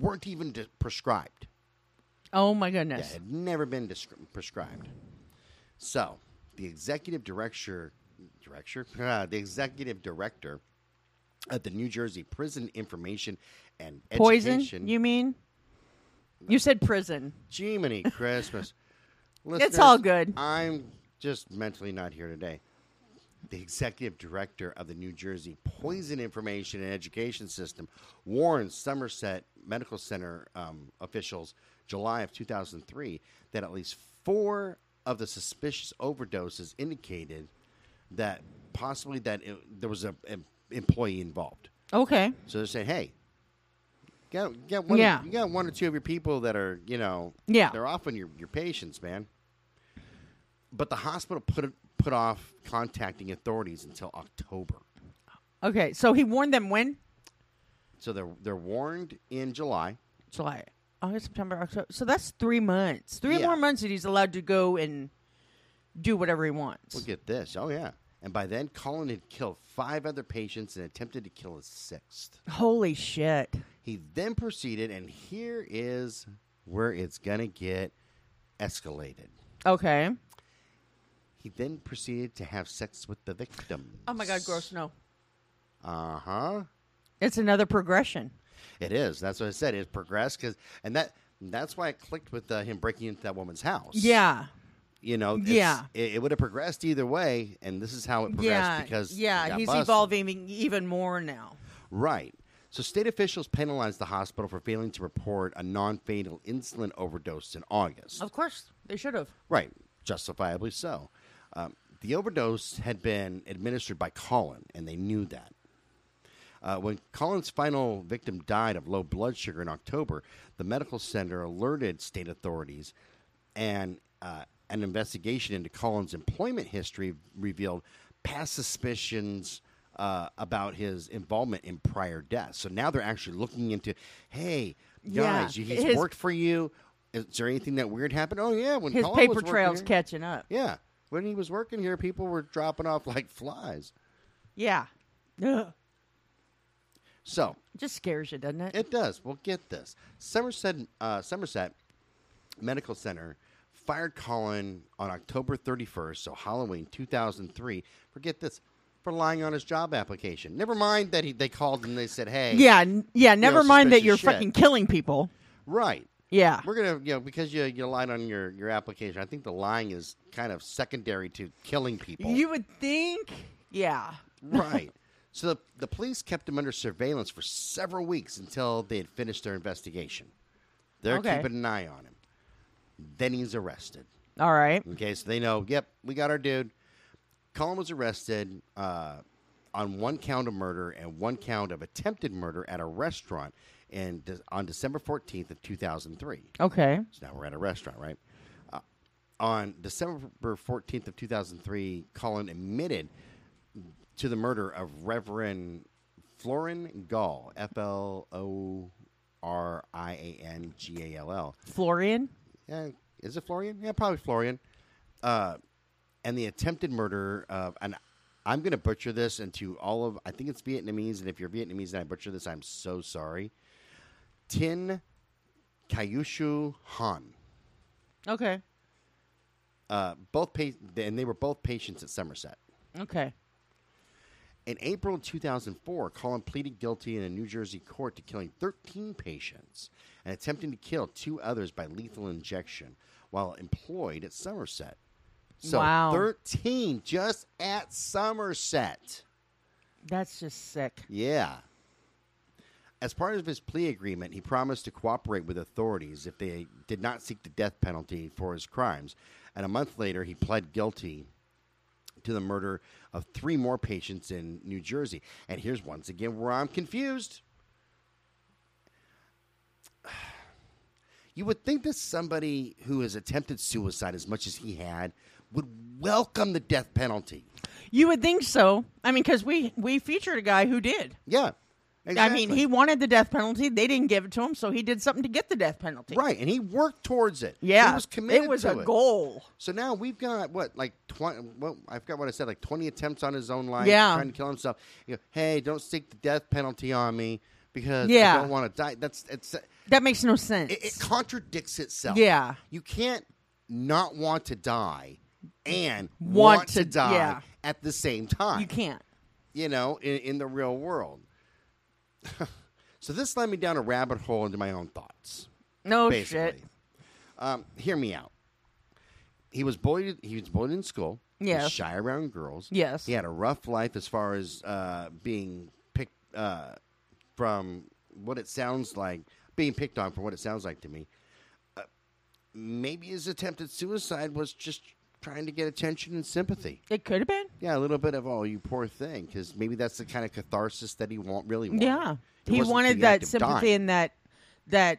S1: weren't even de- prescribed.
S2: Oh my goodness.
S1: that had never been descri- prescribed. So, the executive director, director, [LAUGHS] Ah, the executive director of the New Jersey Prison Information and
S2: Poison,
S1: Education.
S2: you mean? You said prison.
S1: Jiminy Christmas.
S2: [LAUGHS] It's all
S1: Listeners,
S2: good.
S1: I'm just mentally not here today. The executive director of the New Jersey Poison Information and Education System warned Somerset Medical Center um, officials July of 2003 that at least four of the suspicious overdoses indicated that possibly that it, there was a, an employee involved.
S2: Okay.
S1: So they're saying, hey, get, get one
S2: Yeah.
S1: you got one or two of your people that are, you know,
S2: Yeah.
S1: they're off on your, your patients, man. But the hospital put put off contacting authorities until October.
S2: Okay. So he warned them when?
S1: So they're they're warned in July.
S2: July, August, September, October. So that's three months. Three
S1: Yeah.
S2: more months that he's allowed to go and do whatever he wants.
S1: Look at this. Oh yeah. And by then Colin had killed five other patients and attempted to kill a sixth.
S2: Holy shit.
S1: He then proceeded and here is where it's gonna get escalated.
S2: Okay.
S1: He then proceeded to have sex with the victim.
S2: Oh my God, gross. No.
S1: Uh huh.
S2: It's another progression.
S1: It is. That's what I said. It's progressed because, and that that's why it clicked with uh, him breaking into that woman's house.
S2: Yeah.
S1: You know. it's-
S2: Yeah.
S1: It, it would have progressed either way, and this is how it progressed
S2: yeah.
S1: because he
S2: yeah.
S1: got
S2: He's
S1: busted.
S2: evolving even more now.
S1: Right. So state officials penalized the hospital for failing to report a non-fatal insulin overdose in August.
S2: Of course. They should have.
S1: Right, justifiably so. Um, the overdose had been administered by Colin, and they knew that. Uh, when Colin's final victim died of low blood sugar in October, the medical center alerted state authorities, and uh, an investigation into Colin's employment history revealed past suspicions uh, about his involvement in prior deaths. So now they're actually looking into, hey,
S2: Yeah,
S1: guys, he's
S2: his-
S1: worked for you. Is there anything that weird happened? Oh yeah, when
S2: His
S1: Colin was
S2: paper
S1: working
S2: trail's
S1: here-
S2: catching up.
S1: Yeah, when he was working here, people were dropping off like flies.
S2: Yeah. Ugh.
S1: So
S2: Just scares you, doesn't it?
S1: it does. Well, get this: Somerset, uh, Somerset Medical Center fired Colin on October 31st, so Halloween 2003. Forget this for lying on his job application. Never mind that he, they called and they said, "Hey,
S2: yeah. n- Yeah. Never mind that
S1: suspicious
S2: you're
S1: shit.
S2: fucking killing people.
S1: right."
S2: Yeah.
S1: We're gonna, you know, because you you lied on your, your application. I think the lying is kind of secondary to killing people.
S2: You would think. Yeah.
S1: Right. [LAUGHS] So the, the police kept him under surveillance for several weeks until they had finished their investigation. They're
S2: Okay.
S1: keeping an eye on him. Then he's arrested.
S2: All right.
S1: Okay, so they know, yep, we got our dude. Colin was arrested uh, on one count of murder and one count of attempted murder at a restaurant in, on December 14th of 2003.
S2: Okay.
S1: So now we're at a restaurant, right? Uh, on December 14th of 2003, Colin admitted to the murder of Reverend Florin Gall, F L O R I A N G A L L.
S2: Florian.
S1: Yeah, is it Florian? Yeah, probably Florian. Uh, and the attempted murder of, and I'm going to butcher this into all of, I think it's Vietnamese, and if you're Vietnamese and I butcher this, I'm so sorry. Tin Kyushu Han.
S2: Okay.
S1: Uh, both pa- and they were both patients at Somerset.
S2: Okay.
S1: In April 2004, Colin pleaded guilty in a New Jersey court to killing 13 patients and attempting to kill two others by lethal injection while employed at Somerset. So
S2: Wow.
S1: 13 just at Somerset.
S2: That's just sick.
S1: Yeah. As part of his plea agreement, he promised to cooperate with authorities if they did not seek the death penalty for his crimes. And a month later, he pled guilty to the murder of three more patients in New Jersey. And here's once again where I'm confused. [SIGHS] You would think that somebody who has attempted suicide as much as he had would welcome the death penalty.
S2: You would think so. I mean, because we we featured a guy who did.
S1: Yeah.
S2: I mean,
S1: exactly.
S2: he wanted the death penalty. They didn't give it to him, so he did something to get the death penalty.
S1: right, and he worked towards it.
S2: Yeah.
S1: he was committed.
S2: It was
S1: to
S2: a
S1: it.
S2: goal.
S1: So now we've got what, like twenty? Well, I forgot what I said. Like twenty attempts on his own life,
S2: Yeah.
S1: trying to kill himself. You know, hey, don't seek the death penalty on me because I
S2: Yeah.
S1: don't want to die. That's it's it,
S2: That makes no sense.
S1: it contradicts itself.
S2: Yeah.
S1: you can't not want to die and want,
S2: Want
S1: to,
S2: to-
S1: die
S2: yeah.
S1: at the same time.
S2: you can't.
S1: you know, in, in the real world. [LAUGHS] so this led me down a rabbit hole into my own thoughts.
S2: No
S1: basically,
S2: Oh, shit.
S1: um, hear me out. He was bullied. He was bullied in school. He was
S2: Yes.
S1: shy around girls.
S2: Yes.
S1: he had a rough life as far as uh, being picked uh, from what it sounds like being picked on. For what it sounds like to me, uh, maybe his attempted suicide was just trying to get attention and sympathy.
S2: It could have been.
S1: Yeah, a little bit of oh, you poor thing, because maybe that's the kind of catharsis that he want really wanted.
S2: Yeah.
S1: It
S2: he
S1: wasn't
S2: wanted
S1: the act
S2: that
S1: of
S2: sympathy
S1: dying.
S2: and that that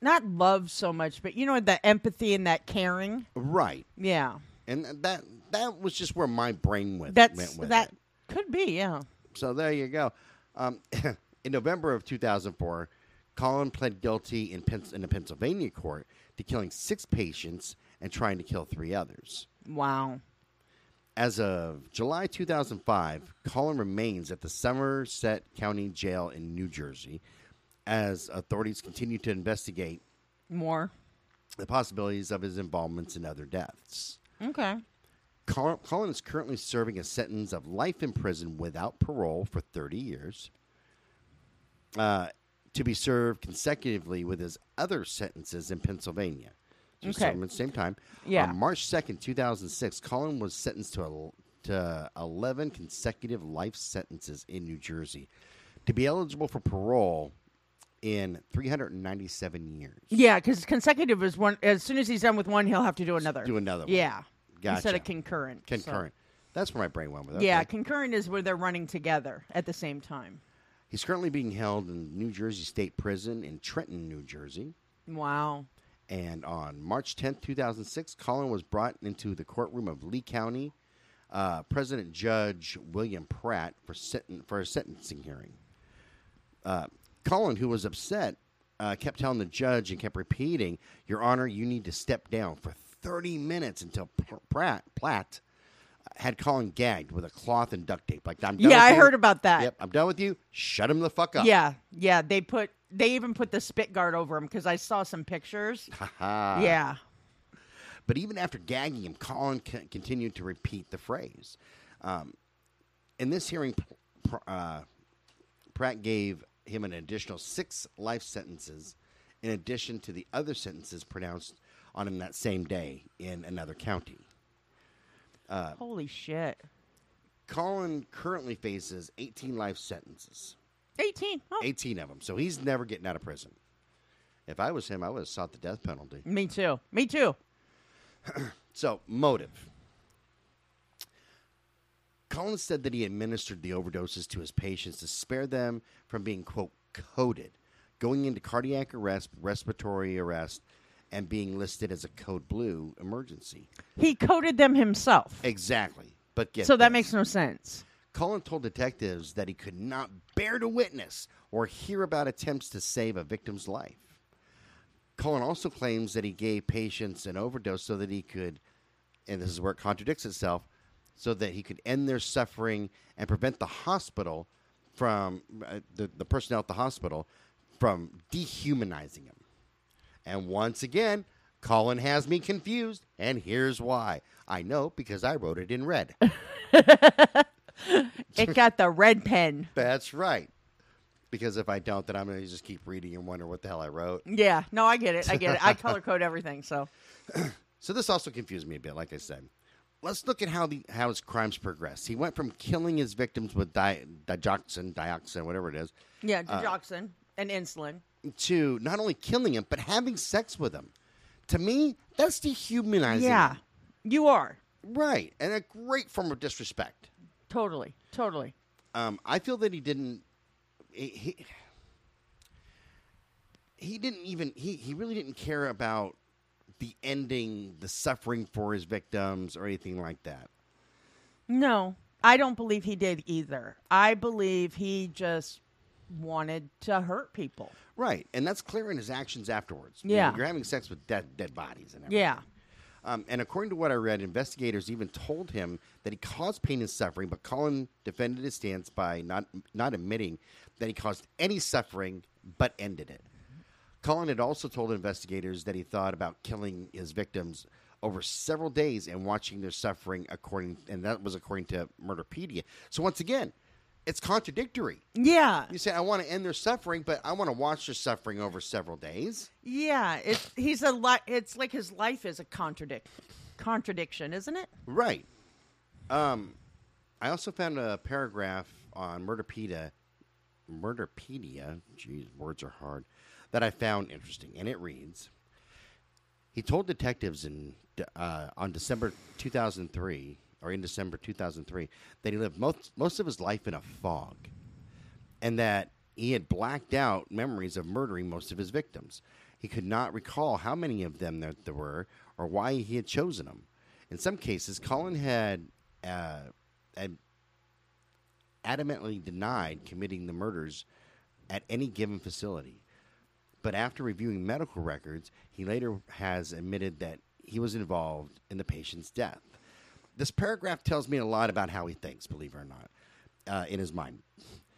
S2: not love so much, but you know the empathy and that caring.
S1: right,
S2: Yeah.
S1: and that that was just where my brain went.
S2: That's
S1: went with
S2: that
S1: it.
S2: could be, yeah.
S1: So there you go. Um, [LAUGHS] in November of 2004, Colin pled guilty in, Pens- in a Pennsylvania court to killing six patients and trying to kill three others.
S2: Wow.
S1: As of July 2005, Colin remains at the Somerset County Jail in New Jersey as authorities continue to investigate
S2: More.
S1: the possibilities of his involvements in other deaths.
S2: Okay.
S1: Col- Colin is currently serving a sentence of life in prison without parole for 30 years uh, to be served consecutively with his other sentences in Pennsylvania. So he's
S2: Okay.
S1: serving at the same time.
S2: Yeah.
S1: On March 2nd, 2006, Colin was sentenced to, el- to 11 consecutive life sentences in New Jersey to be eligible for parole in 397 years.
S2: Yeah, because consecutive is one. As soon as he's done with one, he'll have to do another.
S1: Do another one.
S2: Yeah. Instead
S1: Gotcha.
S2: of concurrent. so-
S1: Concurrent. That's where my brain went with it.
S2: Yeah,
S1: Okay.
S2: concurrent is where they're running together at the same time.
S1: He's currently being held in New Jersey State Prison in Trenton, New Jersey.
S2: Wow.
S1: And on March 10th, 2006, Colin was brought into the courtroom of Lee County uh, President Judge William Pratt for, senten- for a sentencing hearing. Uh, Colin, who was upset, uh, kept telling the judge and kept repeating, Your Honor, you need to step down for 30 minutes until Pr- Pratt, Platt uh, had Colin gagged with a cloth and duct tape. Like, I'm done
S2: yeah,
S1: with
S2: I
S1: you.
S2: heard about that.
S1: Yep, I'm done with you. Shut him the fuck up.
S2: Yeah, yeah. They put they even put the spit guard over him because I saw some pictures.
S1: Ah.
S2: yeah.
S1: But even after gagging him, Colin c- continued to repeat the phrase. Um, in this hearing, P- Pr- uh, Pratt gave him an additional six life sentences, in addition to the other sentences pronounced on him that same day in another county.
S2: Holy shit.
S1: Colin currently faces 18 life sentences,
S2: Eighteen. Oh,
S1: 18 of them. So he's never getting out of prison. If I was him, I would have sought the death penalty.
S2: me too. Me too.
S1: So, motive. Collins said that he administered the overdoses to his patients to spare them from being, quote, coded, going into cardiac arrest, respiratory arrest, and being listed as a code blue emergency.
S2: He coded them himself.
S1: Exactly. But get
S2: so that
S1: this.
S2: makes no sense.
S1: Cullen told detectives that he could not bear to witness or hear about attempts to save a victim's life. Cullen also claims that he gave patients an overdose so that he could, and this is where it contradicts itself, so that he could end their suffering and prevent the hospital from, uh, the, the personnel at the hospital, from dehumanizing him. And once again, Colin has me confused, and here's why. I know because I wrote it in red.
S2: It got the red pen.
S1: That's right. Because if I don't, then I'm going to just keep reading and wonder what the hell I wrote.
S2: Yeah. No, I get it. I get it. I color code everything. So
S1: So this also confused me a bit, like I said. Let's look at how the how his crimes progress. He went from killing his victims with di- digoxin, dioxin, whatever it is,
S2: yeah, digoxin and insulin.
S1: to not only killing him but having sex with him. To me, that's dehumanizing.
S2: Yeah,
S1: him.
S2: you are
S1: right, and a great form of disrespect.
S2: totally, totally.
S1: Um, I feel that he didn't. He, he, he didn't even. He, he really didn't care about the ending, the suffering for his victims, or anything like that.
S2: No, I don't believe he did either. I believe he just wanted to hurt people.
S1: Right, and that's clear in his actions afterwards. You know,
S2: Yeah.
S1: you're having sex with dead dead bodies and everything.
S2: Yeah.
S1: Um, and according to what I read, investigators even told him that he caused pain and suffering, but Colin defended his stance by not not admitting that he caused any suffering, but ended it. Colin had also told investigators that he thought about killing his victims over several days and watching their suffering, according and that was according to Murderpedia. So once again, it's contradictory.
S2: Yeah.
S1: You say I want to end their suffering, but I want to watch their suffering over several days.
S2: Yeah. It's he's a li- it's like his life is a contradict contradiction, isn't it?
S1: Right. Um, I also found a paragraph on Murderpedia, Murderpedia, geez, words are hard, that I found interesting, and it reads: He told detectives in uh, on December 2003, or in December 2003, that he lived most most of his life in a fog, and that he had blacked out memories of murdering most of his victims. He could not recall how many of them there, there were or why he had chosen them. In some cases, Colin had uh, ad- adamantly denied committing the murders at any given facility. But after reviewing medical records, he later has admitted that he was involved in the patient's death. This paragraph tells me a lot about how he thinks, believe it or not, uh, in his mind.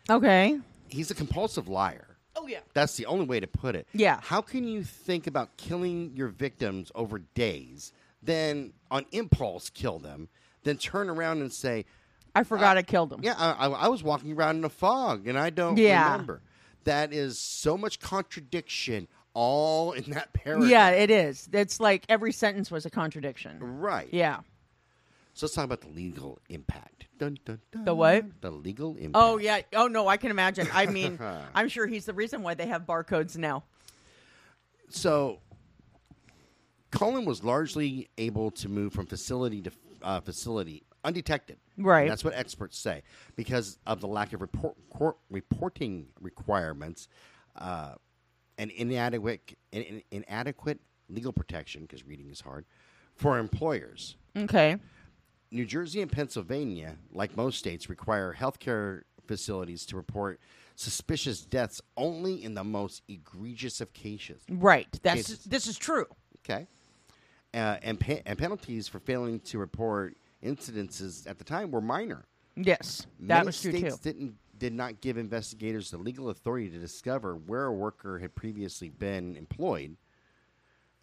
S2: Okay.
S1: He's a compulsive liar.
S2: Oh yeah.
S1: That's the only way to put it.
S2: Yeah.
S1: How can you think about killing your victims over days, then on impulse kill them, then turn around and say,
S2: I forgot I killed him.
S1: Uh, yeah, I, I, I was walking around in a fog and I don't
S2: Yeah.
S1: remember. That is so much contradiction all in that [LAUGHS] paragraph.
S2: Yeah, it is. It's like every sentence was a contradiction.
S1: Right.
S2: Yeah.
S1: So let's talk about the legal impact. Dun, dun, dun.
S2: The what?
S1: The legal impact.
S2: Oh yeah. Oh no, I can imagine.
S1: [LAUGHS]
S2: I mean, I'm sure he's the reason why they have barcodes now.
S1: So Colin was largely able to move from facility to uh, facility undetected.
S2: Right.
S1: And that's what experts say because of the lack of report, court, reporting requirements uh, and inadequate in, in- inadequate legal protection because reading is hard for employers.
S2: Okay.
S1: New Jersey and Pennsylvania, like most states, require healthcare facilities to report suspicious deaths only in the most egregious of cases.
S2: Right. That's
S1: Cases.
S2: this is true.
S1: Okay. Uh, and, pa- and penalties for failing to report incidences at the time were minor.
S2: Yes. That
S1: Many
S2: was true
S1: states
S2: too.
S1: Didn't, did not give investigators the legal authority to discover where a worker had previously been employed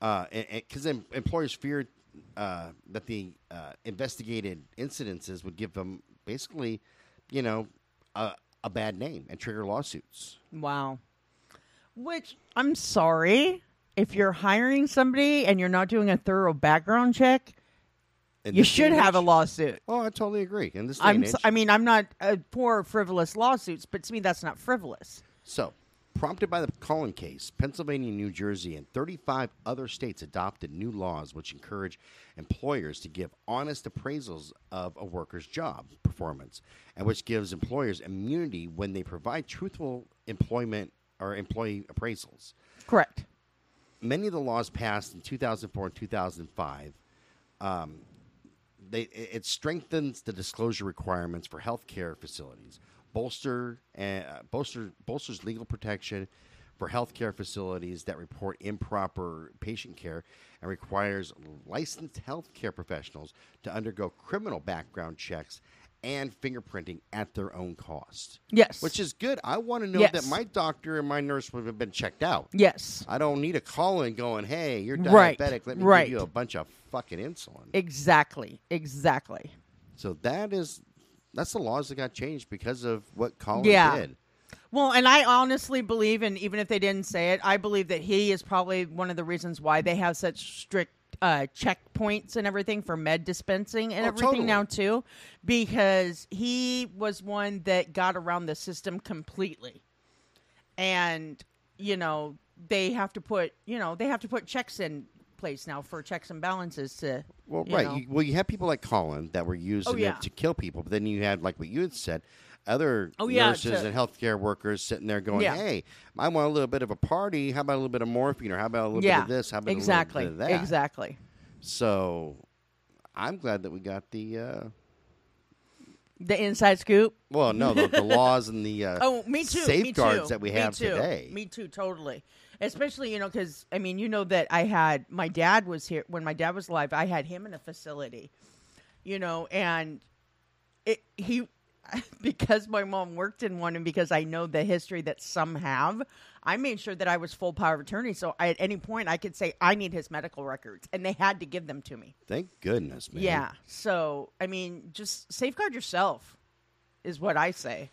S1: uh, because employers feared uh, that the uh, investigated incidences would give them basically, you know, a, a bad name and trigger lawsuits.
S2: Wow. Which I'm sorry, if you're hiring somebody and you're not doing a thorough background check,
S1: In
S2: you
S1: this day
S2: should
S1: and
S2: have a
S1: age-
S2: lawsuit.
S1: Oh, I totally agree. In this day
S2: I'm
S1: and
S2: s-
S1: age-
S2: I mean, I'm not uh, for frivolous lawsuits, but to me that's not frivolous.
S1: So, prompted by the Cullen case, Pennsylvania, New Jersey, and 35 other states adopted new laws which encourage employers to give honest appraisals of a worker's job performance, and which gives employers immunity when they provide truthful employment or employee appraisals.
S2: Correct.
S1: Many of the laws passed in 2004 and 2005 um, they it it strengthens the disclosure requirements for healthcare facilities, bolster uh, bolster bolsters legal protection for healthcare facilities that report improper patient care, and requires licensed healthcare professionals to undergo criminal background checks and fingerprinting at their own cost.
S2: Yes.
S1: Which is good. I want to know that
S2: Yes.
S1: my doctor and my nurse would have been checked out.
S2: Yes.
S1: I don't need a call in going, hey, you're diabetic.
S2: Right.
S1: Let me
S2: Right.
S1: give you a bunch of fucking insulin.
S2: Exactly. Exactly.
S1: So that is that's the laws that got changed because of what Colin
S2: Yeah.
S1: did.
S2: Well, and I honestly believe, and even if they didn't say it, I believe that he is probably one of the reasons why they have such strict uh, checkpoints and everything for med dispensing and
S1: Oh,
S2: everything
S1: totally.
S2: now too, because he was one that got around the system completely, and you know they have to put you know they have to put checks in place now for checks and balances to
S1: Well,
S2: you
S1: right.
S2: know.
S1: You, well, you have people like Colin that were using
S2: Oh, yeah.
S1: it to kill people, but then you had like what you had said, other
S2: Oh, yeah,
S1: nurses
S2: to-
S1: and healthcare workers sitting there going,
S2: Yeah.
S1: "Hey, I want a little bit of a party. How about a little bit of morphine, or how about a little bit
S2: yeah
S1: of this? How about
S2: exactly
S1: a little bit of that?"
S2: exactly
S1: So, I'm glad that we got the uh,
S2: The inside scoop.
S1: Well, no, the, the laws and the uh,
S2: [LAUGHS] Oh, me too. me
S1: safeguards
S2: too,
S1: that we
S2: me
S1: have
S2: too,
S1: today.
S2: Me too, totally. Especially, you know, because I mean, you know that I had my dad was here when my dad was alive. I had him in a facility, you know, and it he [LAUGHS] because my mom worked in one, and because I know the history that some have, I made sure that I was full power of attorney. So I, at any point, I could say I need his medical records, and they had to give them to me.
S1: Thank goodness, man.
S2: Yeah. So I mean, just safeguard yourself is what I say.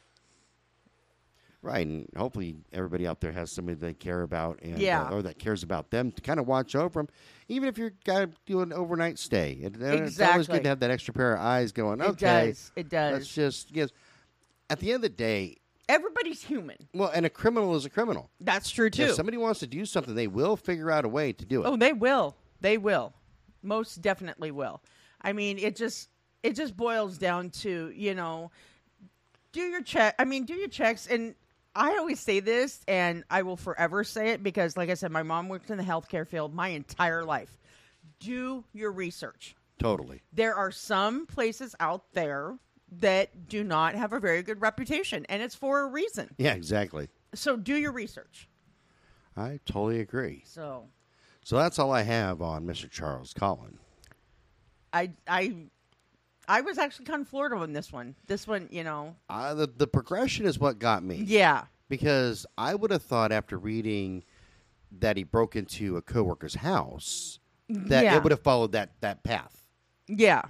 S1: Right, and hopefully everybody out there has somebody they care about, and
S2: Yeah.
S1: uh, or that cares about them to kind of watch over them, even if you're got to do an overnight stay. It- It's always
S2: Exactly.
S1: good to have that extra pair of eyes going. Okay,
S2: It does. It does.
S1: let's just yes. At the end of the day,
S2: Everybody's human.
S1: well, and a criminal is a criminal.
S2: That's true too.
S1: If somebody wants to do something, they will figure out a way to do it.
S2: oh, they will. They will. Most definitely will. I mean, it just it just boils down to, you know, do your check I mean, do your checks and I always say this and I will forever say it because like I said my mom worked in the healthcare field my entire life. Do your research.
S1: Totally.
S2: there are some places out there that do not have a very good reputation and it's for a reason
S1: Yeah, exactly.
S2: so do your research
S1: I totally agree.
S2: so
S1: So that's all I have on Mr. Charles Collin.
S2: i i i was actually kind of floored on this one this one you know
S1: Uh, the the progression is what got me.
S2: yeah
S1: because I would have thought after reading that he broke into a coworker's house that
S2: Yeah.
S1: it would have followed that that path,
S2: yeah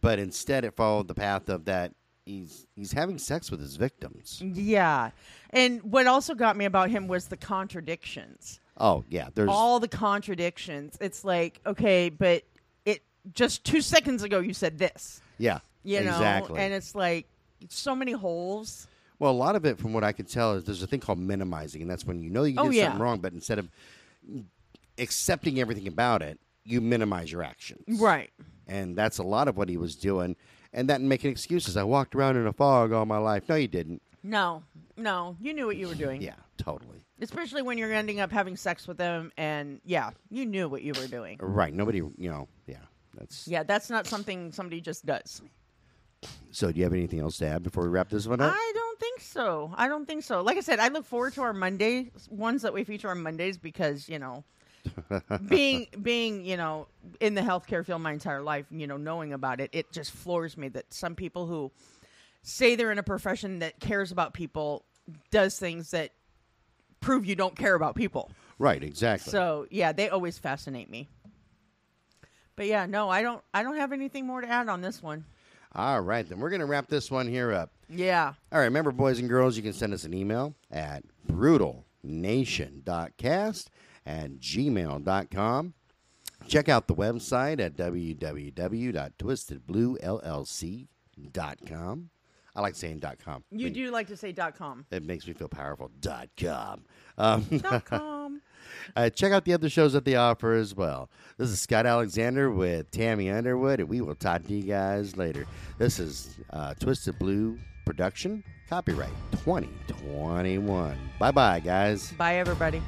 S1: but instead it followed the path of that he's he's having sex with his victims.
S2: yeah and what also got me about him was the contradictions
S1: Oh yeah, there's
S2: all the contradictions it's like okay but it just two seconds ago you said this
S1: yeah
S2: you know
S1: exactly.
S2: and it's like so many holes
S1: well, a lot of it from what I can tell is there's a thing called minimizing, and that's when you know you did
S2: Oh, yeah.
S1: something wrong, but instead of accepting everything about it, you minimize your actions.
S2: right
S1: and that's a lot of what he was doing. And that and making excuses. I walked around in a fog all my life. No, you didn't.
S2: No, no, you knew what you were doing.
S1: Yeah, totally.
S2: Especially when you're ending up having sex with them, and yeah, you knew what you were doing.
S1: Right. Nobody, you know, yeah. That's
S2: Yeah, that's not something somebody just does.
S1: so. Do you have anything else to add before we wrap this one up?
S2: I don't think so. I don't think so. Like I said, I look forward to our Monday ones that we feature on Mondays because you know, being being you know in the healthcare field my entire life, you know, knowing about it, it just floors me that some people who say they're in a profession that cares about people does things that prove you don't care about people.
S1: right. Exactly.
S2: So yeah, they always fascinate me. But yeah, no, I don't. I don't have anything more to add on this one.
S1: All right, then we're gonna wrap this one here up.
S2: Yeah,
S1: All right, remember, boys and girls, you can send us an email at brutalnation.cast at gmail.com. Check out the website at www.twistedbluellc.com. I like saying dot .com.
S2: you
S1: It-
S2: do like to say dot com.
S1: It makes me feel powerful. Dot .com. Um, [LAUGHS]
S2: Dot com.
S1: Uh, check out the other shows that they offer as well. This is Scott Alexander with Tammy Underwood, and we will talk to you guys later. This is uh, Twisted Blue Production, copyright 2021. Bye bye, guys.
S2: Bye, everybody.